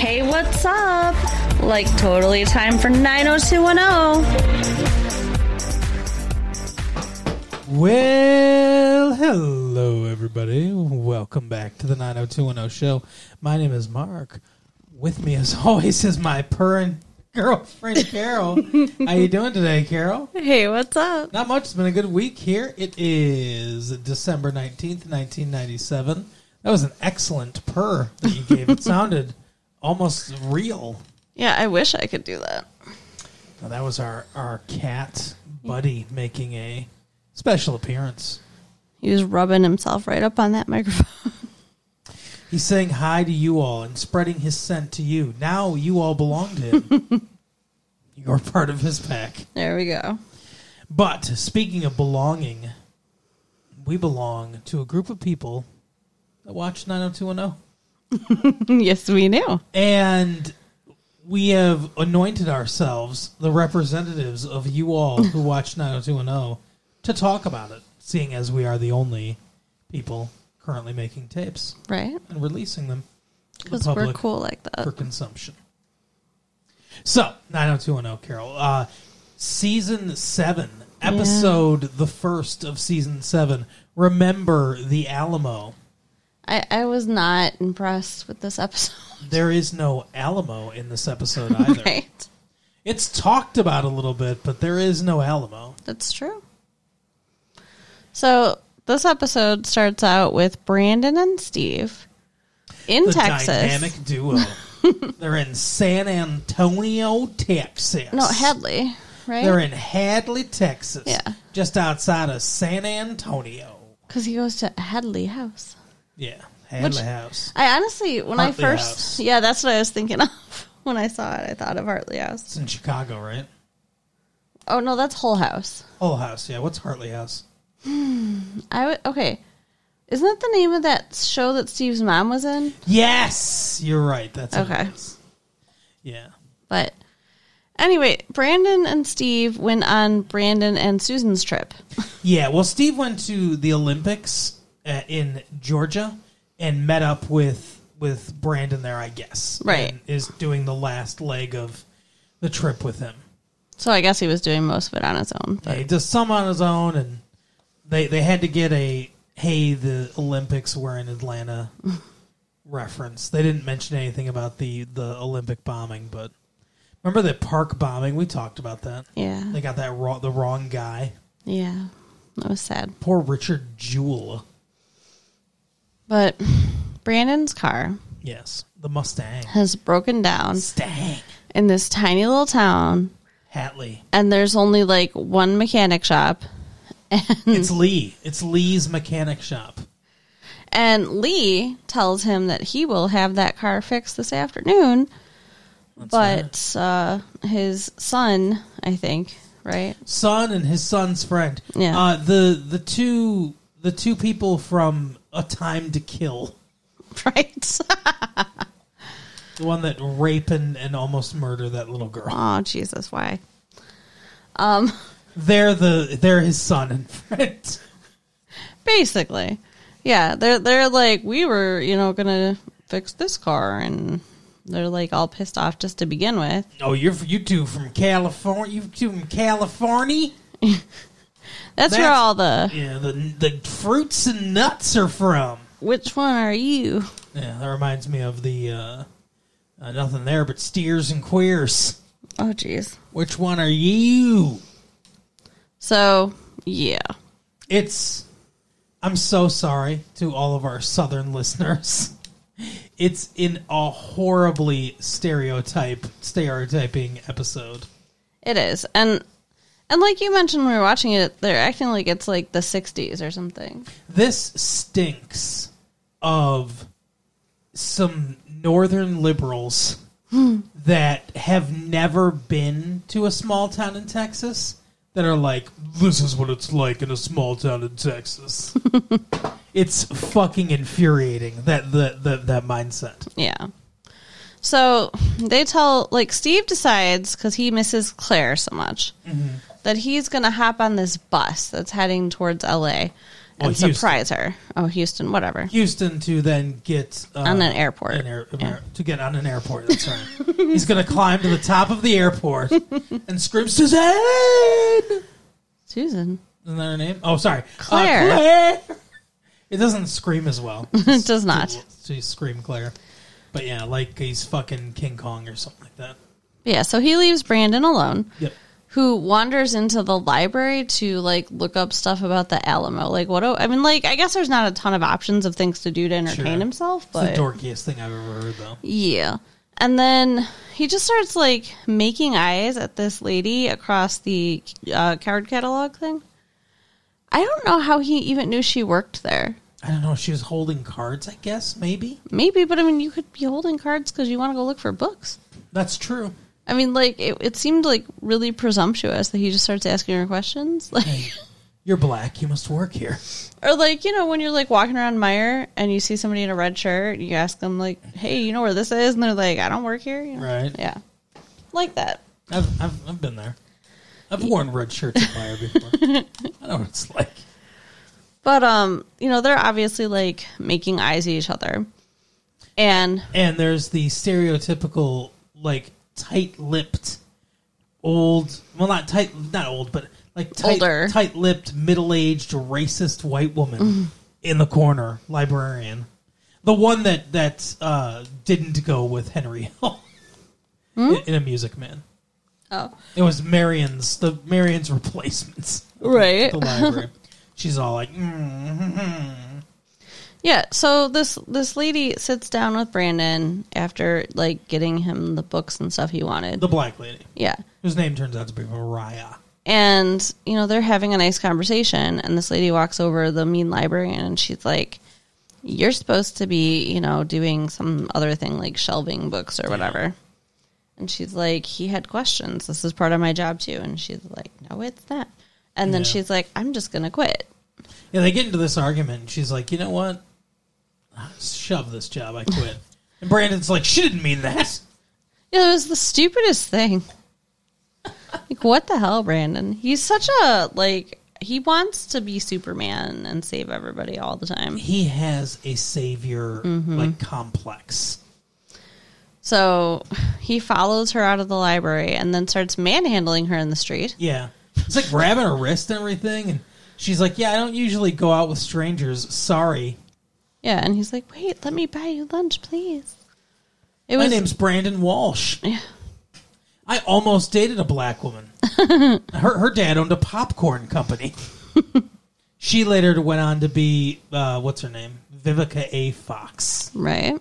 Hey, what's up? Like, totally time for 90210. Well, hello, everybody. Welcome back to the 90210 show. My name is Mark. With me, as always, is my purring girlfriend, Carol. How you doing today, Carol? Hey, what's up? Not much. It's been a good week here. It is December 19th, 1997. That was an excellent purr that you gave. It sounded almost real. Yeah, I wish I could do that. Now, that was our, our cat, Buddy, making a special appearance. He was rubbing himself right up on that microphone. He's saying hi to you all and spreading his scent to you. Now you all belong to him. You're part of his pack. There we go. But speaking of belonging, we belong to a group of people that watch 90210. yes, we knew. And we have anointed ourselves the representatives of you all who watch 90210 to talk about it, seeing as we are the only people currently making tapes Right? and releasing them to the Because we're public cool like that. for consumption. So, 90210, Carol. Uh, season 7, episode the first of season 7. Remember the Alamo. I, I was not impressed with this episode. There is no Alamo in this episode either. Right? It's talked about a little bit, but there is no Alamo. That's true. So this episode starts out with Brandon and Steve in the Texas. dynamic duo. They're in San Antonio, Texas. No, Hadley, right? They're in Hadley, Texas. Yeah. Just outside of San Antonio. Because he goes to Hadley House. Yeah. Hadley Which- House. I honestly, when Hartley I first, House. yeah, that's what I was thinking of when I saw it. I thought of Hartley House. It's in Chicago, right? Oh no, that's Hull House. Hull House, yeah. What's Hartley House? I w- okay. Isn't that the name of that show that Steve's mom was in? Yes, you're right. That's what it Okay. is. Yeah, But anyway, Brandon and Steve went on Brandon and Susan's trip. yeah. Well, Steve went to the Olympics uh, in Georgia and met up with with Brandon there, I guess. Right. and is doing the last leg of the trip with him. So I guess he was doing most of it on his own. But Yeah, he does some on his own, and they they had to get a "Hey, the Olympics were in Atlanta" reference. They didn't mention anything about the the Olympic bombing, but remember the park bombing? We talked about that. yeah, They got that wrong, the wrong guy. yeah, that was sad. Poor Richard Jewell. But Brandon's car Yes, the Mustang. has broken down Mustang. in this tiny little town, Hatley. and there's only like one mechanic shop. Hmm. It's Lee. It's Lee's mechanic shop. And Lee tells him that he will have that car fixed this afternoon, but uh, his son, I think, right? son and his son's friend. Yeah. Uh, the the two the two people from A Time to Kill, Right? the one that rape and, and almost murder that little girl. oh, Jesus, why? They're the they're his son and friend. Basically, yeah. They're they're like we were, you know, gonna fix this car, and they're like all pissed off just to begin with. Oh, you're you two from California. You two from California. That's, where That's- all the Yeah, the the fruits and nuts are from. which one are you? Yeah, that reminds me of the uh, uh, nothing there but steers and queers. Oh, jeez. Which one are you? So yeah, it's i'm so sorry to all of our southern listeners it's in a horribly stereotype stereotyping episode it is, and and like you mentioned when we were watching it, they're acting like it's like the '60s or something. this stinks of some northern liberals that have never been to a small town in Texas that are like, this is what it's like in a small town in Texas. it's fucking infuriating that the, the that mindset. Yeah. So they tell like Steve decides because he misses Mm-hmm. Claire so much that he's gonna hop on this bus that's heading towards L.A. Well, and Houston. surprise her. Oh, Houston, whatever. Houston to then get uh, On an airport. an air- Yeah. to get on an airport. That's right. He's going to climb to the top of the airport and scream Suzanne. Susan. Isn't that her name? Oh, sorry, Uh, Claire. Claire. It doesn't scream as well. It does not. She scream Claire, but yeah, like he's fucking King Kong or something like that. Yeah, so he leaves Brandon alone, Yep. who wanders into the library to like look up stuff about the Alamo. Like, what? Do, I mean, like, I guess there's not a ton of options of things to do to entertain Sure. himself, It's but the dorkiest thing I've ever heard, though. yeah. And then he just starts like making eyes at this lady across the uh, card catalog thing. I don't know how he even knew she worked there. I don't know. She was holding cards, I guess. Maybe Maybe, but I mean, you could be holding cards because you want to go look for books. that's true. I mean, like it, it seemed like really presumptuous that he just starts asking her questions, like Hey, you're black. You must work here. or like you know when you're like walking around Meyer and you see somebody in a red shirt, you ask them like, "Hey, you know where this is?" And they're like, "I don't work here." You know? Right. Yeah, like that. I've I've, I've been there. I've worn red shirts at fire before. I know what it's like. But um, you know they're obviously like making eyes at each other, and and there's the stereotypical like tight-lipped old well not tight not old but like tight, Older. Mm-hmm. tight-lipped middle-aged racist white woman in the corner librarian the one that that uh, didn't go with henry hill Hmm? in, in a music man oh it was marion's the marion's replacements right, the library she's all like mm-hmm. yeah. So this this lady sits down with Brandon after like getting him the books and stuff he wanted. the black lady yeah. whose name turns out to be mariah and you know they're having a nice conversation and this lady walks over to the mean librarian and she's like you're supposed to be you know doing some other thing like shelving books or whatever and she's like he had questions this is part of my job too and she's like no it's not and then Yeah. she's like i'm just gonna quit Yeah, they get into this argument, and she's like, "You know what? Shove this job. I quit." and Brandon's like, "She didn't mean that." Yeah, it was the stupidest thing. like, what the hell, Brandon? He's such a, like, he wants to be Superman and save everybody all the time. He has a savior like complex. So he follows her out of the library and then starts manhandling her in the street. Yeah, it's like grabbing her wrist and everything, and she's like, "Yeah, I don't usually go out with strangers. Sorry, Yeah, and he's like, "Wait, let me buy you lunch, please." It my was name's Brandon Walsh. I almost dated a black woman. her her dad owned a popcorn company. she later went on to be uh, what's her name, Vivica A. Fox." right.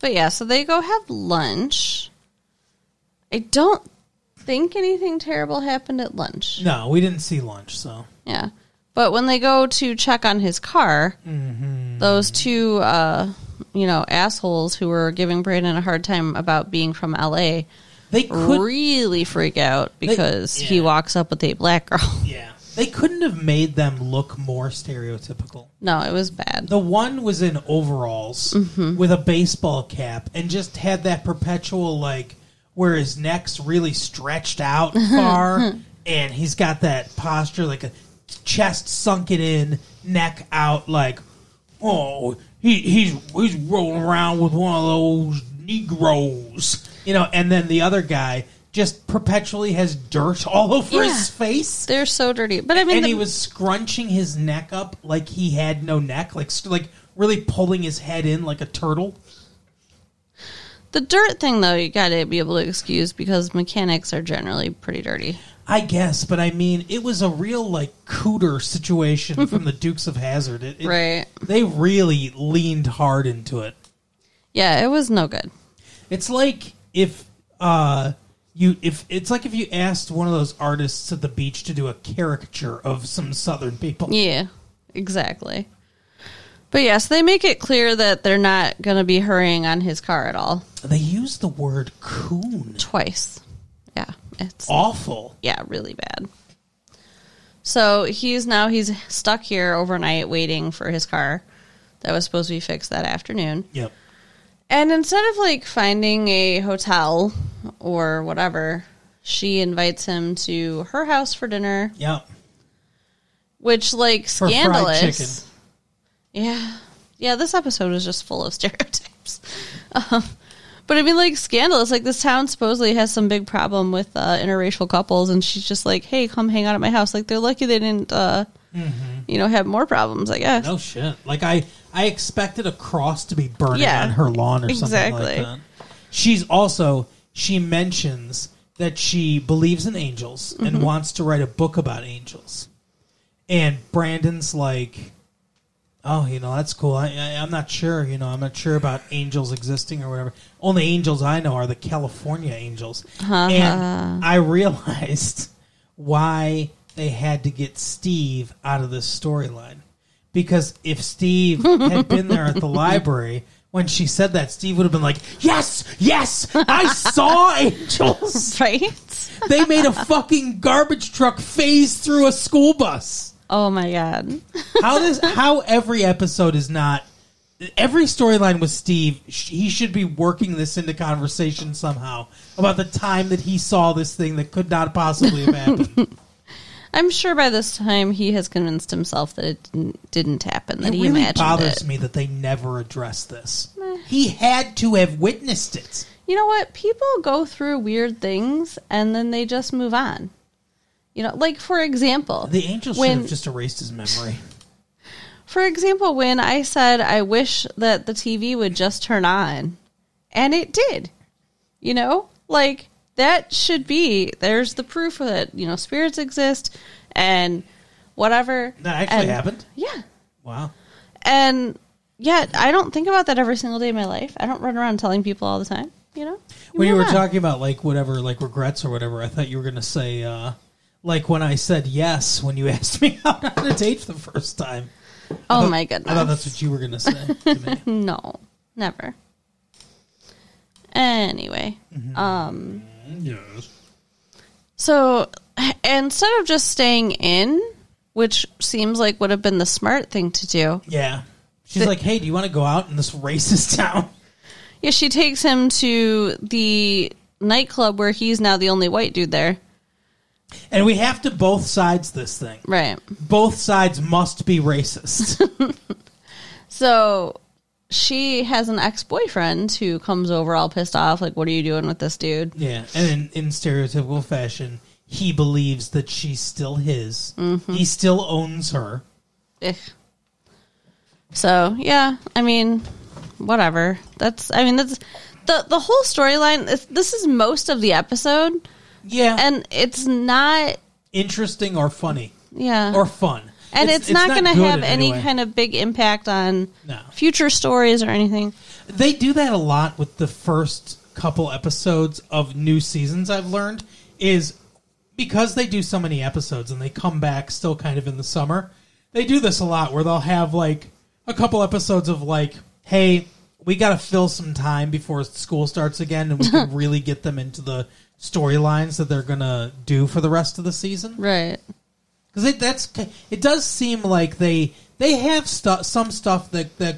But yeah, so they go have lunch. I don't think anything terrible happened at lunch. No, we didn't see lunch, so Yeah. But when they go to check on his car, those two, uh, you know, assholes who were giving Brandon a hard time about being from LA they could. really freak out because he yeah. walks up with a black girl. yeah, they couldn't have made them look more stereotypical. no, it was bad. Mm-hmm. The one was in overalls with a baseball cap and just had that perpetual like where his neck's really stretched out far, and he's got that posture like a chest sunken in, neck out, like oh he he's he's rolling around with one of those Negroes, you know, and then the other guy. Just perpetually has dirt all over Yeah. his face They're so dirty. But I mean, and the- he was scrunching his neck up like he had no neck, like st- like really pulling his head in like a turtle. the dirt thing, though, you got to be able to excuse because mechanics are generally pretty dirty. I guess, but I mean, it was a real like cooter situation from the Dukes of Hazard. It, it- Right. They really leaned hard into it. Yeah, it was no good. It's like if uh you if it's like if you asked one of those artists at the beach to do a caricature of some Southern people. Yeah, exactly. But yes, they make it clear that they're not going to be hurrying on his car at all. They used the word coon. Twice. Yeah, it's Awful. yeah, really bad. So he's now he's stuck here overnight waiting for his car that was supposed to be fixed that afternoon. Yep. And instead of like finding a hotel or whatever, she invites him to her house for dinner Yep. which like fried scandalous. chicken. Yeah, yeah. This episode is just full of stereotypes. Um, but I mean, like scandalous. Like this town supposedly has some big problem with uh, interracial couples, and she's just like, "Hey, come hang out at my house." Like they're lucky they didn't, uh, Mm-hmm. you know, have more problems. I guess. No shit. Like I, I expected a cross to be burning Yeah. on her lawn or Exactly. something like that. She's also she mentions that she believes in angels Mm-hmm. and wants to write a book about angels. And Brandon's like, "Oh, you know that's cool. I, I, I'm not sure. You know, I'm not sure about angels existing or whatever. Only angels I know are the California angels." Uh-huh. And I realized why they had to get Steve out of this storyline. Because if Steve had been there at the library when she said that, Steve would have been like, Yes, yes, I saw angels. Right? They made a fucking garbage truck phase through a school bus. Oh my god. How does how every episode is not every storyline with Steve, sh- he should be working this into conversation somehow about the time that he saw this thing that could not possibly have happened. I'm sure by this time he has convinced himself that it didn't, didn't happen, that it he really imagined bothers it. me that they never address this. He had to have witnessed it. You know what? People go through weird things and then they just move on. You know, like for example, The angel should when, have just erased his memory. for example, when I said I wish that the TV would just turn on, and it did. You know, like that should be. There's the proof that you know spirits exist and whatever. That actually And- happened. Yeah. Wow. And yet, I don't think about that every single day of my life. I don't run around telling people all the time, you know? When you move were on. talking about like whatever, like regrets or whatever, I thought you were gonna say uh, like when I said yes when you asked me out on a date for the first time. Oh Thought- my I thought goodness. that's what you were gonna say. to me. No, never. Anyway, um, yes. so instead of just staying in, which seems like would have been the smart thing to do, Yeah. She's like, hey, do you want to go out in this racist town? yeah, she takes him to the nightclub where he's now the only white dude there. And we have to both sides this thing. Right. Both sides must be racist. So she has an ex boyfriend who comes over all pissed off, like, what are you doing with this dude? Yeah, and in, in stereotypical fashion, he believes that she's still his. Mm-hmm. He still owns her. Ugh. So yeah, I mean, whatever. That's I mean that's the the whole storyline. is- This is most of the episode, Yeah, and it's not interesting or funny yeah, or fun, and it's, not, going to good have in any way. kind of big impact on No. future stories or anything. They do that a lot with the first couple episodes of new seasons. I've learned is because they do so many episodes and they come back still kind of in the summer. They do this a lot where they'll have like a couple episodes of like, hey, we got to fill some time before school starts again, and we can really get them into the storylines that they're gonna do for the rest of the season Right. because that's it does seem like they they have stuff some stuff that that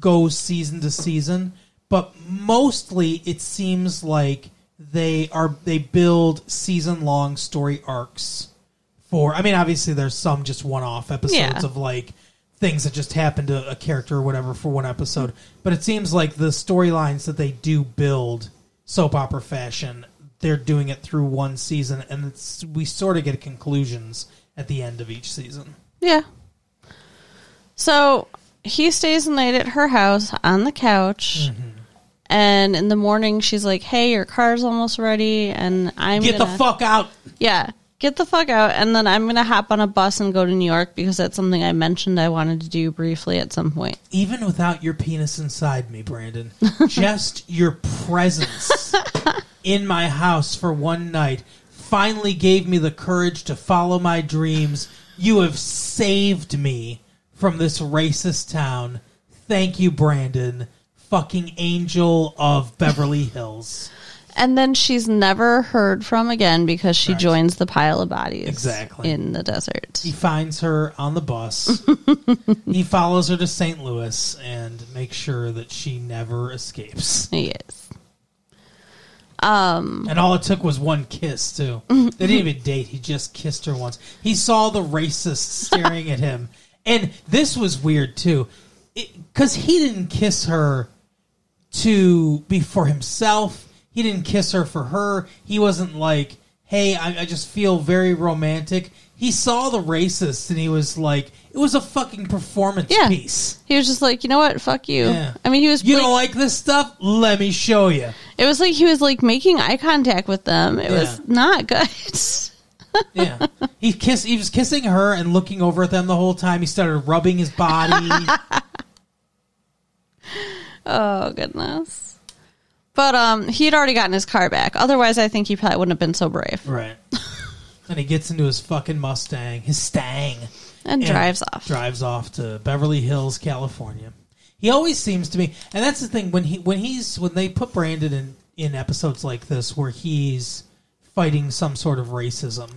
goes season to season, but mostly it seems like they are they build season long story arcs for. I mean, obviously there's some just one off episodes Yeah. of like things that just happen to a character or whatever for one episode, but it seems like the storylines that they do build soap opera fashion. They're doing it through one season, and it's, we sort of get conclusions at the end of each season. Yeah. So he stays the night at her house on the couch. Mm-hmm. And in the morning, she's like, "Hey, your car's almost ready, and I'm Get gonna- the fuck out! Yeah. Get the fuck out. And then I'm going to hop on a bus and go to New York because that's something I mentioned I wanted to do briefly at some point. Even without your penis inside me, Brandon, just your presence in my house for one night finally gave me the courage to follow my dreams. You have saved me from this racist town. Thank you, Brandon, fucking angel of Beverly Hills. And then she's never heard from again because she joins the pile of bodies Exactly. in the desert. He finds her on the bus. he follows her to St. Louis and makes sure that she never escapes. Yes. And all it took was one kiss, too. They didn't even date. He just kissed her once. He saw the racist staring at him. And this was weird, too. Because he didn't kiss her to be for himself. He didn't kiss her for her. He wasn't like, hey, I, I just feel very romantic. He saw the racist and he was like, it was a fucking performance Yeah. piece. He was just like, you know what? Fuck you. Yeah. I mean, he was. You like- don't like this stuff? Let me show you. it was like he was like making eye contact with them. It was Yeah. not good. Yeah, he kissed. He was kissing her and looking over at them the whole time. He started rubbing his body. Oh goodness. But um he had already gotten his car back. Otherwise I think he probably wouldn't have been so brave. right. And he gets into his fucking Mustang, his Stang, And drives off. Drives off to Beverly Hills, California. He always seems to me, and that's the thing when he when he's when they put Brandon in in episodes like this where he's fighting some sort of racism,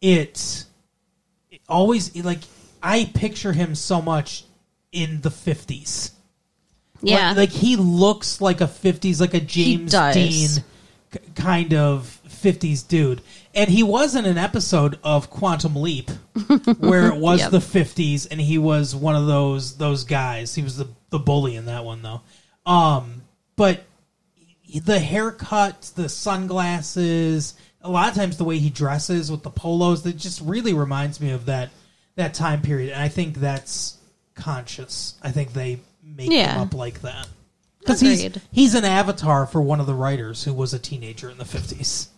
it, it always like I picture him so much in the fifties. Yeah. Like, like, he looks like a 50s, like a James does. Dean k- kind of 50s dude. And he was in an episode of Quantum Leap where it was Yep. the 50s and he was one of those those guys. He was the, the bully in that one though. Um but the haircut, the sunglasses, a lot of times the way he dresses with the polos, that just really reminds me of that that time period. And I think that's conscious. I think they make Yeah. him up like that because he's Agreed. he's an avatar for one of the writers who was a teenager in the fifties.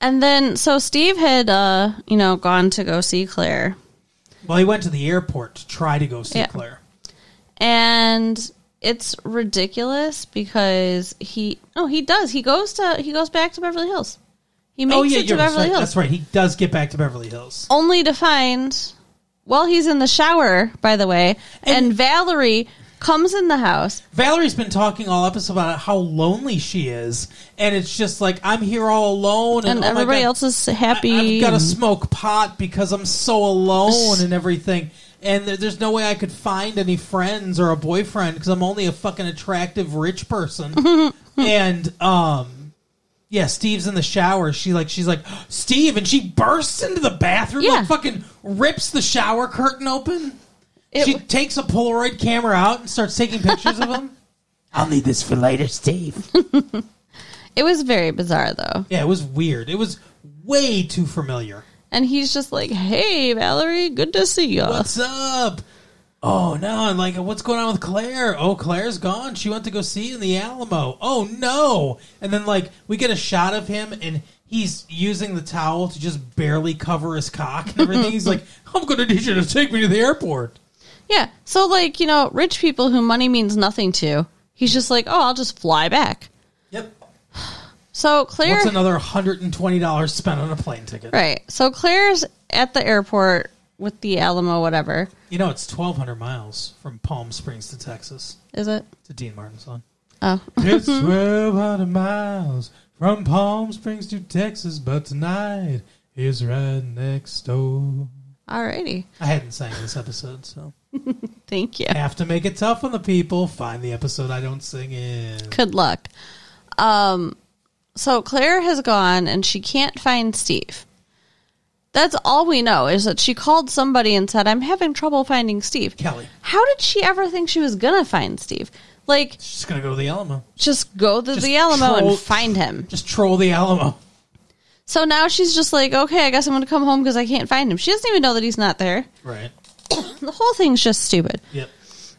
and then so Steve had uh, you know, gone to go see Claire. Well, he went to the airport to try to go see Yeah. Claire. And it's ridiculous because he no, he does. He goes to he goes back to Beverly Hills. He makes oh yeah, it to you're Beverly right. Hills. That's right. He does get back to Beverly Hills. only to find while he's in the shower, by the way, and, Valerie comes in the house. Valerie's been talking all episode about how lonely she is, and it's just like I'm here all alone, and, And oh my everybody God, else is I, happy. have got to and- smoke pot because I'm so alone and everything. And there, there's no way I could find any friends or a boyfriend because I'm only a fucking attractive rich person. and um, yeah, Steve's in the shower. She like she's like Steve, and she bursts into the bathroom, Yeah. like fucking rips the shower curtain open. It- she takes a Polaroid camera out and starts taking pictures of him. I'll need this for later, Steve. It was very bizarre though. yeah, it was weird. It was way too familiar. And he's just like, "Hey, Valerie, good to see you." What's up? Oh no! And like, what's going on with Claire? Oh, Claire's gone. She went to go see in the Alamo. Oh no! And then like, we get a shot of him, and he's using the towel to just barely cover his cock and everything. he's like, "I'm going to need you to take me to the airport." Yeah. So like, you know, rich people who money means nothing to, he's just like, "Oh, I'll just fly back." Yep. So Claire What's another hundred and twenty dollars spent on a plane ticket? Right. So Claire's at the airport with the Alamo whatever. You know, it's twelve hundred miles from Palm Springs to Texas. Is it? It's a Dean Martin song. Oh. It's 1,200 miles from Palm Springs to Texas, but tonight is right next door. Alrighty. I hadn't sang this episode, so. Thank you. Have to make it tough on the people. Find the episode I don't sing in. good luck. Um, so Claire has gone and she can't find Steve. That's all we know is that she called somebody and said, I'm having trouble finding Steve. Kelly. How did she ever think she was going to find Steve? Like, She's going to go to the Alamo. just go to Just the Alamo troll- and find him. Just troll the Alamo. So now she's just like, okay, I guess I'm going to come home because I can't find him. She doesn't even know that he's not there. Right. The whole thing's just stupid. Yep.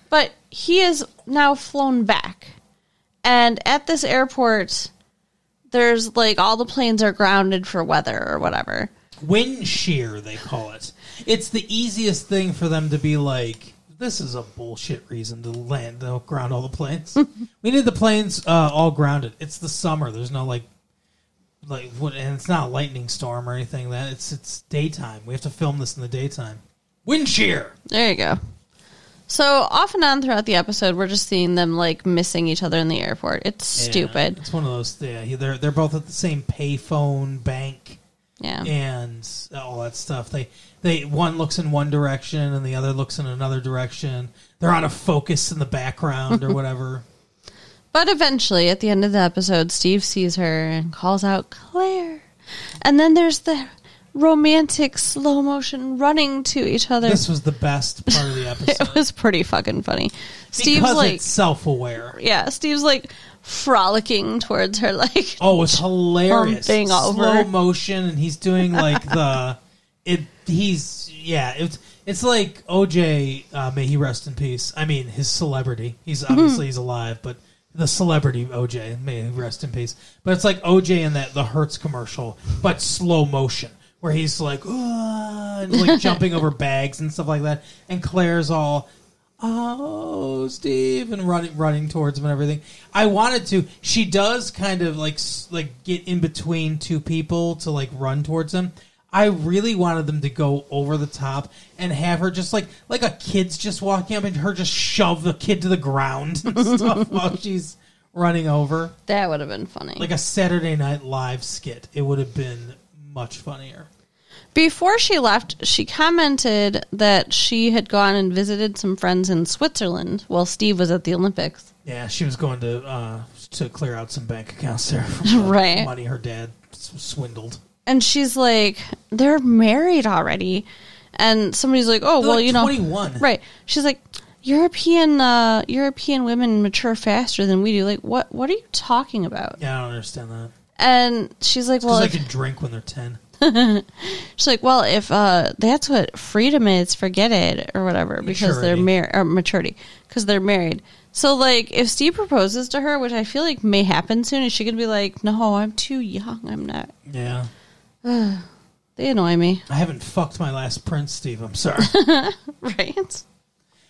But he is now flown back. And at this airport, there's like all the planes are grounded for weather or whatever. Wind shear, they call it. It's the easiest thing for them to be like, this is a bullshit reason to land, they'll ground all the planes. we need the planes uh, all grounded. It's the summer. There's no like, like, what, and it's not a lightning storm or anything. like That it's it's daytime. We have to film this in the daytime. Wind shear. There you go. So off and on throughout the episode, we're just seeing them like missing each other in the airport. It's Yeah, stupid. It's one of those. Yeah, he- they're they're both at the same payphone bank. Yeah. and all that stuff. They they one looks in one direction and the other looks in another direction. They're out of focus in the background or whatever. But eventually, at the end of the episode, Steve sees her and calls out Claire. And then there's the romantic slow motion running to each other. This was the best part of the episode. it was pretty fucking funny. Steve's because like, it's self-aware. yeah, Steve's like frolicking towards her, like, Oh, it's hilarious! Bumping Slow over. motion, and he's doing like the it. He's yeah. It's it's like OJ. Uh, may he rest in peace. I mean, his celebrity. He's obviously he's alive, but the celebrity OJ may he rest in peace. But it's like OJ in that the Hertz commercial, but slow motion. Where he's like, "Ah," and like jumping over bags and stuff like that, and Claire's all, oh steve and running running towards him and everything i wanted to she does kind of like s- like get in between two people to like run towards him i really wanted them to go over the top and have her just like like a kid's just walking up and her just shove the kid to the ground and stuff while she's running over that would have been funny. like a saturday night live skit it would have been much funnier Before she left, she commented that she had gone and visited some friends in Switzerland while Steve was at the Olympics. yeah she was going to uh to clear out some bank accounts there from the Right. money her dad s- swindled And she's like, they're married already. And somebody's like, oh, They're well, like you know. 21. Right. She's like, European uh, European women mature faster than we do. Like, what, what are you talking about? Yeah, I don't understand that. And she's like, Because I well, if, can drink when they're ten. she's like, well, if uh, that's what freedom is, forget it or whatever because they're Maturity. married or maturity because they're married. So like, if Steve proposes to her, which I feel like may happen soon, is she gonna be like, no, I'm too young. I'm not. Yeah, They annoy me, I haven't fucked my last prince, Steve. I'm sorry, right?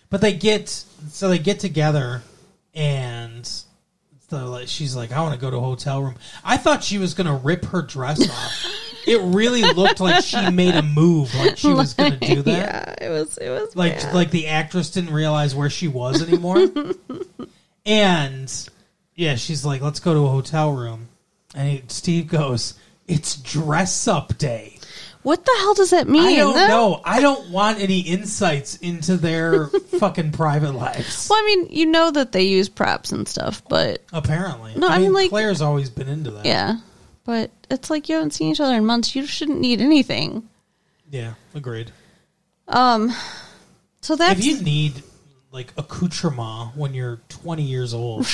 but they get so they get together, and so like she's like, I want to go to a hotel room. I thought she was gonna rip her dress off. it really looked like she made a move, like she was gonna do that. Yeah, it was. It was like bad. like the actress didn't realize where she was anymore and yeah she's like let's go to a hotel room and he, steve goes it's dress up day what the hell does that mean? i don't know i don't want any insights into their fucking private lives Well, I mean, you know that they use props and stuff, but apparently No, I mean, like- claire's always been into that yeah, but it's like you haven't seen each other in months. You shouldn't need anything. yeah agreed So that's if you need like accoutrement when you're 20 years old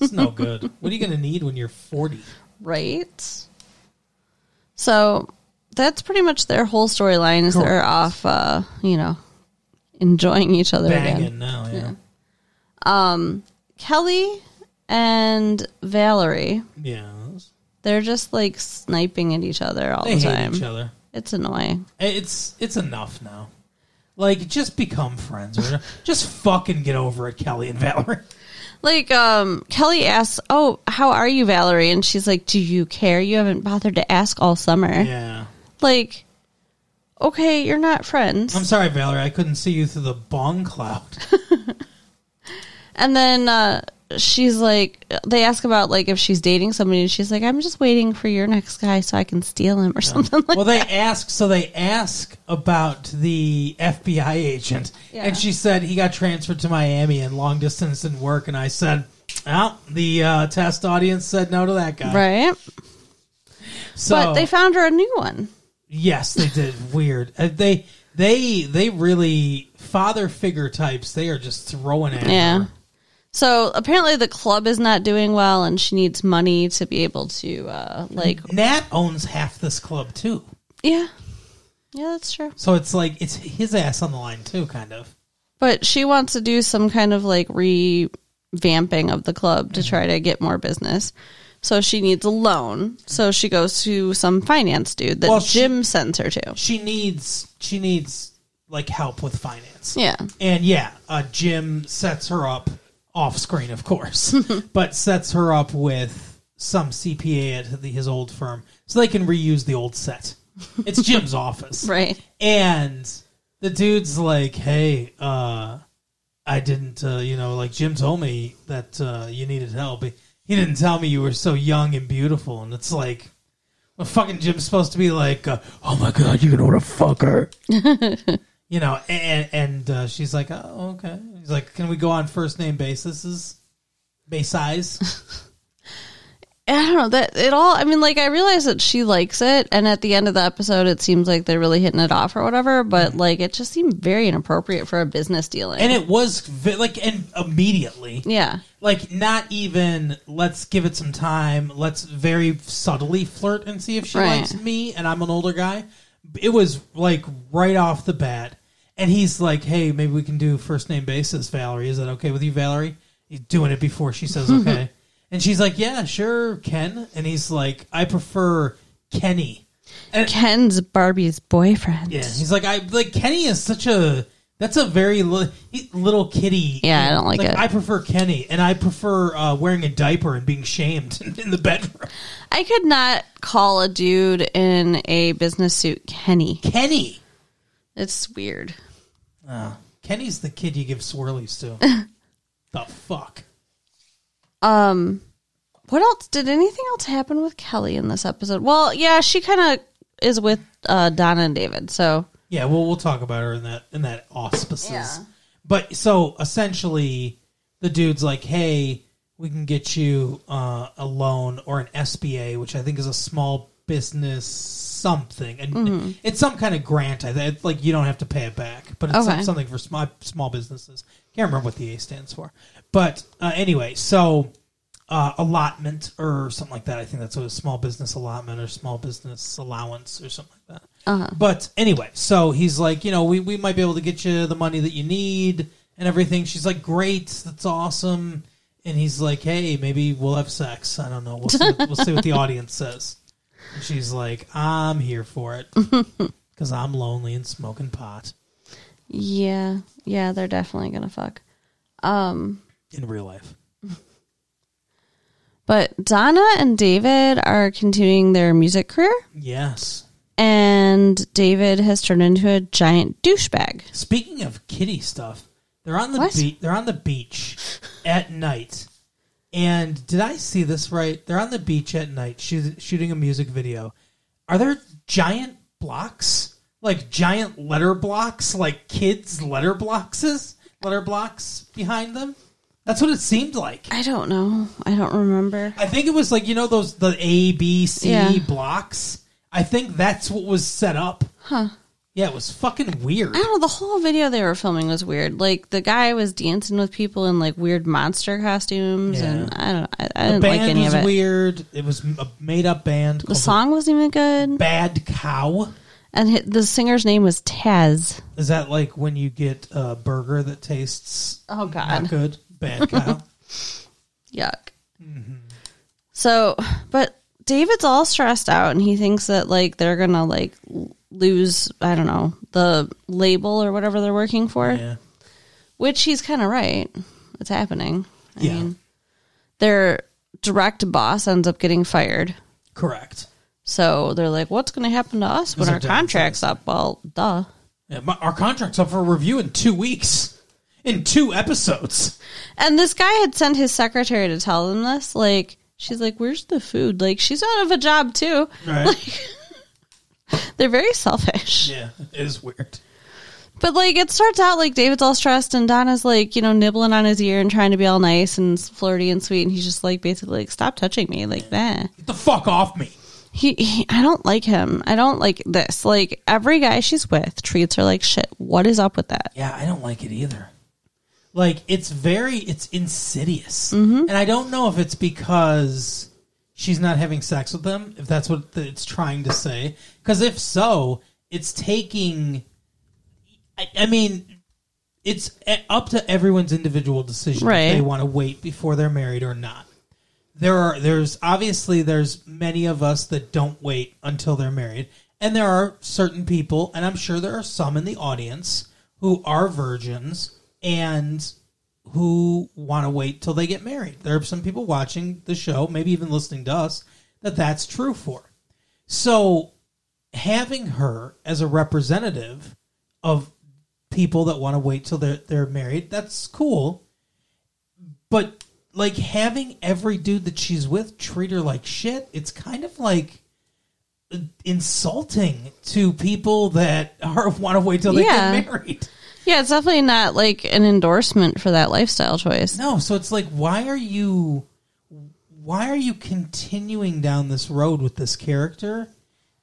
it's no good what are you gonna need when you're 40 Right. So that's pretty much their whole storyline is they're Correct. off, uh, you know, enjoying each other banging again. now yeah Kelly and Valerie, yeah, they're just like sniping at each other all they the hate time. each other It's annoying. It's it's enough now. Like, just become friends. Or just fucking get over it, Kelly and Valerie. Like, um, Kelly asks, Oh, how are you, Valerie? And she's like, Do you care? You haven't bothered to ask all summer. Yeah. Like, okay, you're not friends. I'm sorry, Valerie. I couldn't see you through the bong cloud. And then uh, she's like, they ask about like if she's dating somebody, and she's like, I'm just waiting for your next guy so I can steal him or something. Like, well, they ask. So they ask about the FBI agent, Yeah. and she said he got transferred to Miami and long distance didn't work. And I said, "Well, the uh, test audience said no to that guy." right? So But they found her a new one. Yes, they did. Weird. Uh, they they they really father figure types. They are just throwing at Yeah. her. So apparently the club is not doing well, and she needs money to be able to uh, like, Nat owns half this club too, yeah, yeah, that's true. so it's like it's his ass on the line too, kind of. But she wants to do some kind of like revamping of the club to try to get more business. So she needs a loan. So she goes to some finance dude that Well, she- Jim sends her to. She needs she needs like help with finance. Yeah. And yeah, uh, Jim sets her up off screen, of course, but sets her up with some CPA at the, his old firm, so they can reuse the old set. It's Jim's office, Right. and the dude's like, "Hey, uh, I didn't, uh, you know, like Jim told me that uh, you needed help. He he didn't tell me you were so young and beautiful." And it's like, well, fucking Jim's supposed to be like, uh, "Oh my god, you can order fucker," you know? And and uh, she's like, "Oh, okay." He's like, "Can we go on first name basis?" Bay size. I don't know that it all. I mean, like I realize that she likes it, and at the end of the episode, it seems like they're really hitting it off or whatever. But like, it just seemed very inappropriate for a business dealing. Mm. and it was vi- like and immediately. yeah, Like not even let's give it some time. Let's very subtly flirt and see if she Right. likes me and I'm an older guy. It was like right off the bat. And he's like, "Hey, maybe we can do first name basis, Valerie. Is that okay with you, Valerie?" He's doing it before she says okay. and she's like, "Yeah, sure, Ken." And he's like, "I prefer Kenny." And Ken's Barbie's boyfriend. Yeah, he's like I like Kenny is such a that's a very li- he- little kitty. Yeah, I don't like it. I prefer Kenny, and I prefer uh, wearing a diaper and being shamed in the bedroom. I could not call a dude in a business suit Kenny. Kenny, It's weird. Kenny's the kid you give swirlies to. the fuck. Um, what else? Did anything else happen with Kelly in this episode? Well, yeah, she kind of is with uh, Donna and David. So Yeah, well, we'll talk about her in that in that auspices. Yeah. But so essentially, the dude's like, "Hey, we can get you uh, a loan or an SBA, which I think is a small business something, and it's some kind of grant. I think it's like you don't have to pay it back, but it's some- Okay. something for small small businesses. Can't remember what the A stands for, but uh, anyway, so." Uh, allotment or something like that. I think that's what it is, small business allotment or small business allowance or something like that. But anyway, so he's like, you know, we, we might be able to get you the money that you need and everything. She's like, great, that's awesome. And he's like, hey, maybe we'll have sex. I don't know. We'll see, we'll see what the audience says. And she's like, I'm here for it because I'm lonely and smoking pot yeah, yeah, they're definitely gonna fuck. in real life. But Donna and David are continuing their music career, Yes. and David has turned into a giant douchebag. Speaking of kitty stuff, they're on the What? beach. They're on the beach at night. And did I see this right? They're on the beach at night shoo- shooting a music video. Are there giant blocks? Like giant letter blocks, like kids letter boxes, letter blocks behind them? That's what it seemed like. I don't know. I don't remember. I think it was like you know those the A B C Yeah. blocks. I think that's what was set up. Huh. Yeah, it was fucking weird. I don't know. The whole video they were filming was weird. Like the guy was dancing with people in like weird monster costumes, Yeah. and I don't. I, I The didn't like band any was of it. weird. It was a made up band The called song wasn't even good, Bad Cow. and hi- the singer's name was Taz. Is that like when you get a burger that tastes Oh not God, good? Bad Cow. yuck. Mm-hmm. So, but David's all stressed out, and he thinks that like they're gonna like l- lose. I don't know the label or whatever they're working for, yeah. which he's kind of right. It's happening. I Yeah. mean, their direct boss ends up getting fired. Correct. So they're like, what's going to happen to us when Those are our different contract's up? Well, duh. Yeah, my, our contract's up for review in two weeks. In two episodes. And this guy had sent his secretary to tell them this. Like, she's like, where's the food? Like, she's out of a job, too. Right. They're very selfish. yeah. It is weird. But, like, it starts out like David's all stressed and Donna's, like, you know, nibbling on his ear and trying to be all nice and flirty and sweet. And he's just, like, basically, like, stop touching me. Like, that. Get the fuck off me. He, he, I don't like him. I don't like this. Like, every guy she's with treats her like shit. What is up with that? Yeah, I don't like it either. Like it's very it's insidious. Mm-hmm. And I don't know if it's because she's not having sex with them, if that's what th- it's trying to say. Cuz if so, it's taking I, I mean it's a- up to everyone's individual decision if Right. they want to wait before they're married or not. There are there's obviously there's many of us that don't wait until they're married. And there are certain people, and I'm sure there are some in the audience who are virgins and who want to wait till they get married. There are some people watching the show, maybe even listening to us, that that's true for. So having her as a representative of people that want to wait till they're they're married, that's cool. But like having every dude that she's with treat her like shit, it's kind of like insulting to people that are want to wait till they Yeah. get married. Yeah, it's definitely not like an endorsement for that lifestyle choice. No, so it's like why are you why are you continuing down this road with this character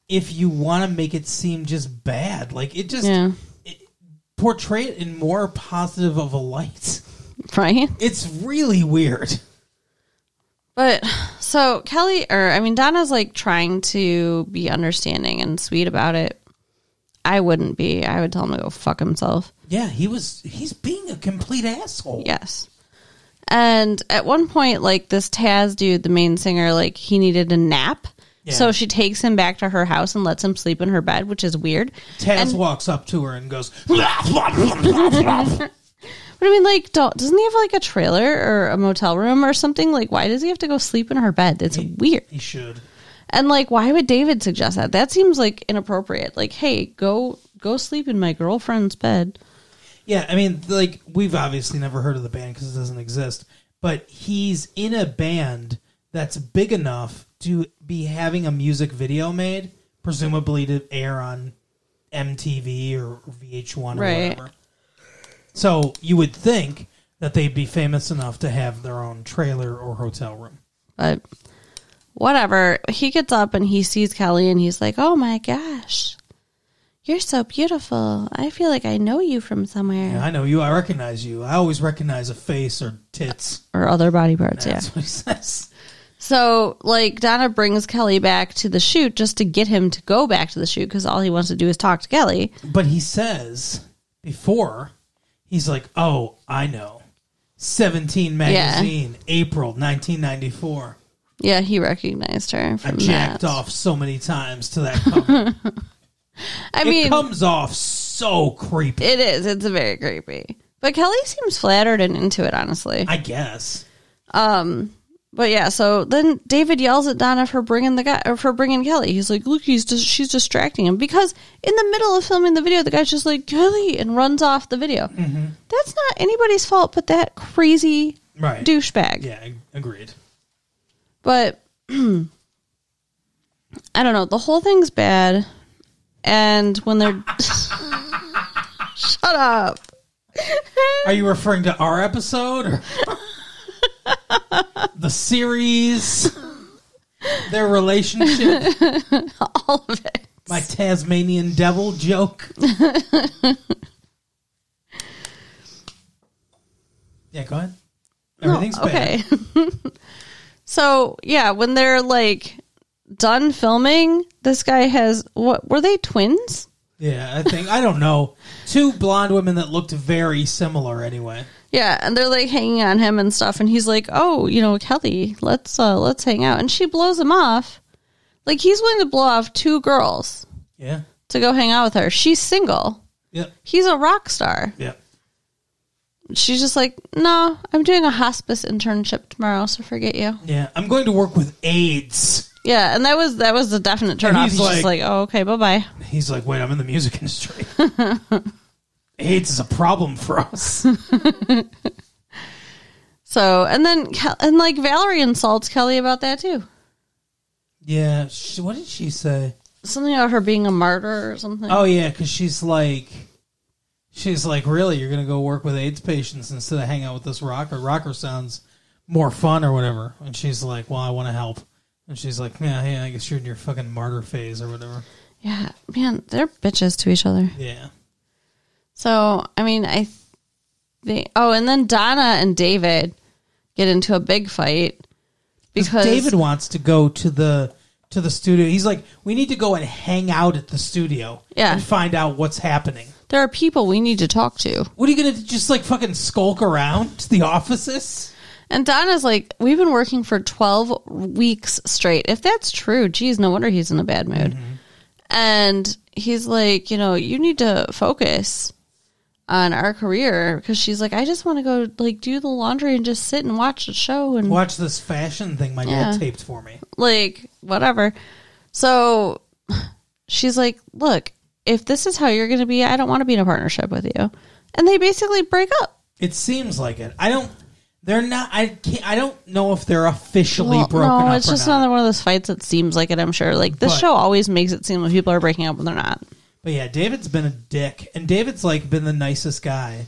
if you want to make it seem just bad? Like it just Yeah. it, portray it in more positive of a light. Right? It's really weird. But so Kelly, or I mean, Donna's like trying to be understanding and sweet about it. I wouldn't be. I would tell him to go fuck himself. Yeah, he was he's being a complete asshole. Yes. And at one point, like this Taz dude, the main singer, like he needed a nap. Yeah. So she takes him back to her house and lets him sleep in her bed, which is weird. Taz And- walks up to her and goes, "Blah, blah, blah, blah, blah." But I mean, like, don't, doesn't he have like a trailer or a motel room or something? Like, why does he have to go sleep in her bed? That's weird. He should. And like, why would David suggest that? That seems like inappropriate. Like, hey, go go sleep in my girlfriend's bed. Yeah, I mean, like we've obviously never heard of the band because it doesn't exist. But he's in a band that's big enough to be having a music video made, presumably to air on MTV or VH1 or Right. whatever. So you would think that they'd be famous enough to have their own trailer or hotel room. But whatever. He gets up and he sees Kelly and he's like, "Oh my gosh, you're so beautiful. I feel like I know you from somewhere Yeah, I know you. I recognize you. I always recognize a face or tits. or other body parts." That's Yeah. what he says. So like, Donna brings Kelly back to the shoot just to get him to go back to the shoot because all he wants to do is talk to Kelly. But he says before, he's like, "Oh, I know, Seventeen magazine, April nineteen ninety four. Yeah, he recognized her I from jacked that. off so many times to that cover. I it mean, comes off so creepy. It is. It's very creepy. But Kelly seems flattered and into it, honestly. I guess. But yeah, so then David yells at Donna for bringing the guy or for bringing Kelly. He's like, "Look, he's dis- she's distracting him because in the middle of filming the video, the guy's just like Kelly and runs off the video. Mm-hmm. That's not anybody's fault, but that crazy Right. douchebag. Yeah, ag- agreed. But I don't know. The whole thing's bad. And when they're shut up. Are you referring to our episode or the series? Their relationship? all of it. My Tasmanian devil joke. yeah, go ahead. Everything's bad. okay. so yeah, when they're like done filming, this guy has what were they twins? Yeah, I think I don't know. Two blonde women that looked very similar anyway. Yeah, and they're like hanging on him and stuff, and he's like, "Oh, you know, Kelly, let's uh, let's hang out," and she blows him off. Like he's willing to blow off two girls Yeah. to go hang out with her. She's single. Yep. He's a rock star. Yep. She's just like, no, I'm doing a hospice internship tomorrow, so forget you. Yeah. I'm going to work with AIDS. Yeah, and that was that was a definite turnoff. he's He's, just like- like, oh, okay, bye bye. He's like, wait, I'm in the music industry. AIDS is a problem for us. So, and then, Kel- and like Valerie insults Kelly about that too. Yeah. She, what did she say? Something about her being a martyr or something. Oh yeah, because she's like, she's like, really, you're gonna go work with AIDS patients instead of hang out with this rocker? Rocker sounds more fun or whatever. And she's like, well, I want to help. And she's like, yeah, yeah, I guess you're in your fucking martyr phase or whatever. Yeah, man, they're bitches to each other. Yeah, So, I mean, I think, oh, and then Donna and David get into a big fight because David wants to go to the to the studio. He's like, we need to go and hang out at the studio. Yeah. and find out what's happening. there are people we need to talk to. What are you gonna do, just like fucking skulk around the offices? And Donna's like, we've been working for 12 weeks straight. If that's true, geez, no wonder he's in a bad mood. And he's like, you know, you need to focus on our career because she's like, I just want to go like do the laundry and just sit and watch the show and Watch this fashion thing my Mm. Yeah. dad taped for me. like whatever. So she's like, look, if this is how you're going to be, I don't want to be in a partnership with you. And they basically break up. It seems like it. I don't. They're not. I can't. I don't know if they're officially Well, broken no, up it's or just not. another one of those fights that seems like it. I'm sure. Like this But- show always makes it seem like people are breaking up when they're not. But yeah, David's been a dick, and David's like been the nicest guy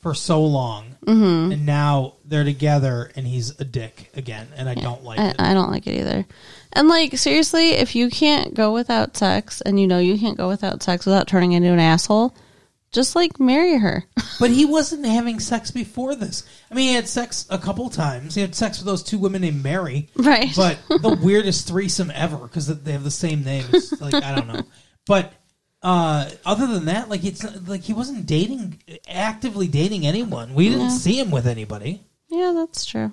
for so long, Mm-hmm. and now they're together, and he's a dick again, and I don't like I, it. I don't like it either. And like seriously, if you can't go without sex and you know you can't go without sex without turning into an asshole, just like marry her. But he wasn't having sex before this. I mean, he had sex a couple times. He had sex with those two women named Mary, Right. But the weirdest threesome ever because they have the same name. It's like I don't know. But uh, other than that, like it's not- like he wasn't dating actively dating anyone. We didn't see him with anybody. yeah, that's true.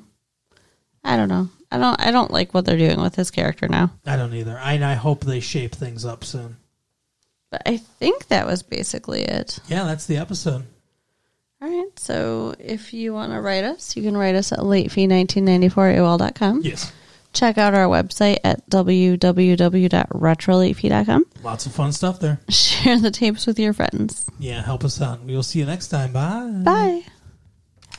I don't know. I don't I don't like what they're doing with his character now. I don't either. I, and I hope they shape things up soon. But I think that was basically it. Yeah, that's the episode. All right. So if you want to write us, you can write us at latefee1994 at AOL.com. Yes, Check out our website at www.retrolatefee.com. lots of fun stuff there. Share the tapes with your friends. Yeah, help us out. We will see you next time. Bye. Bye.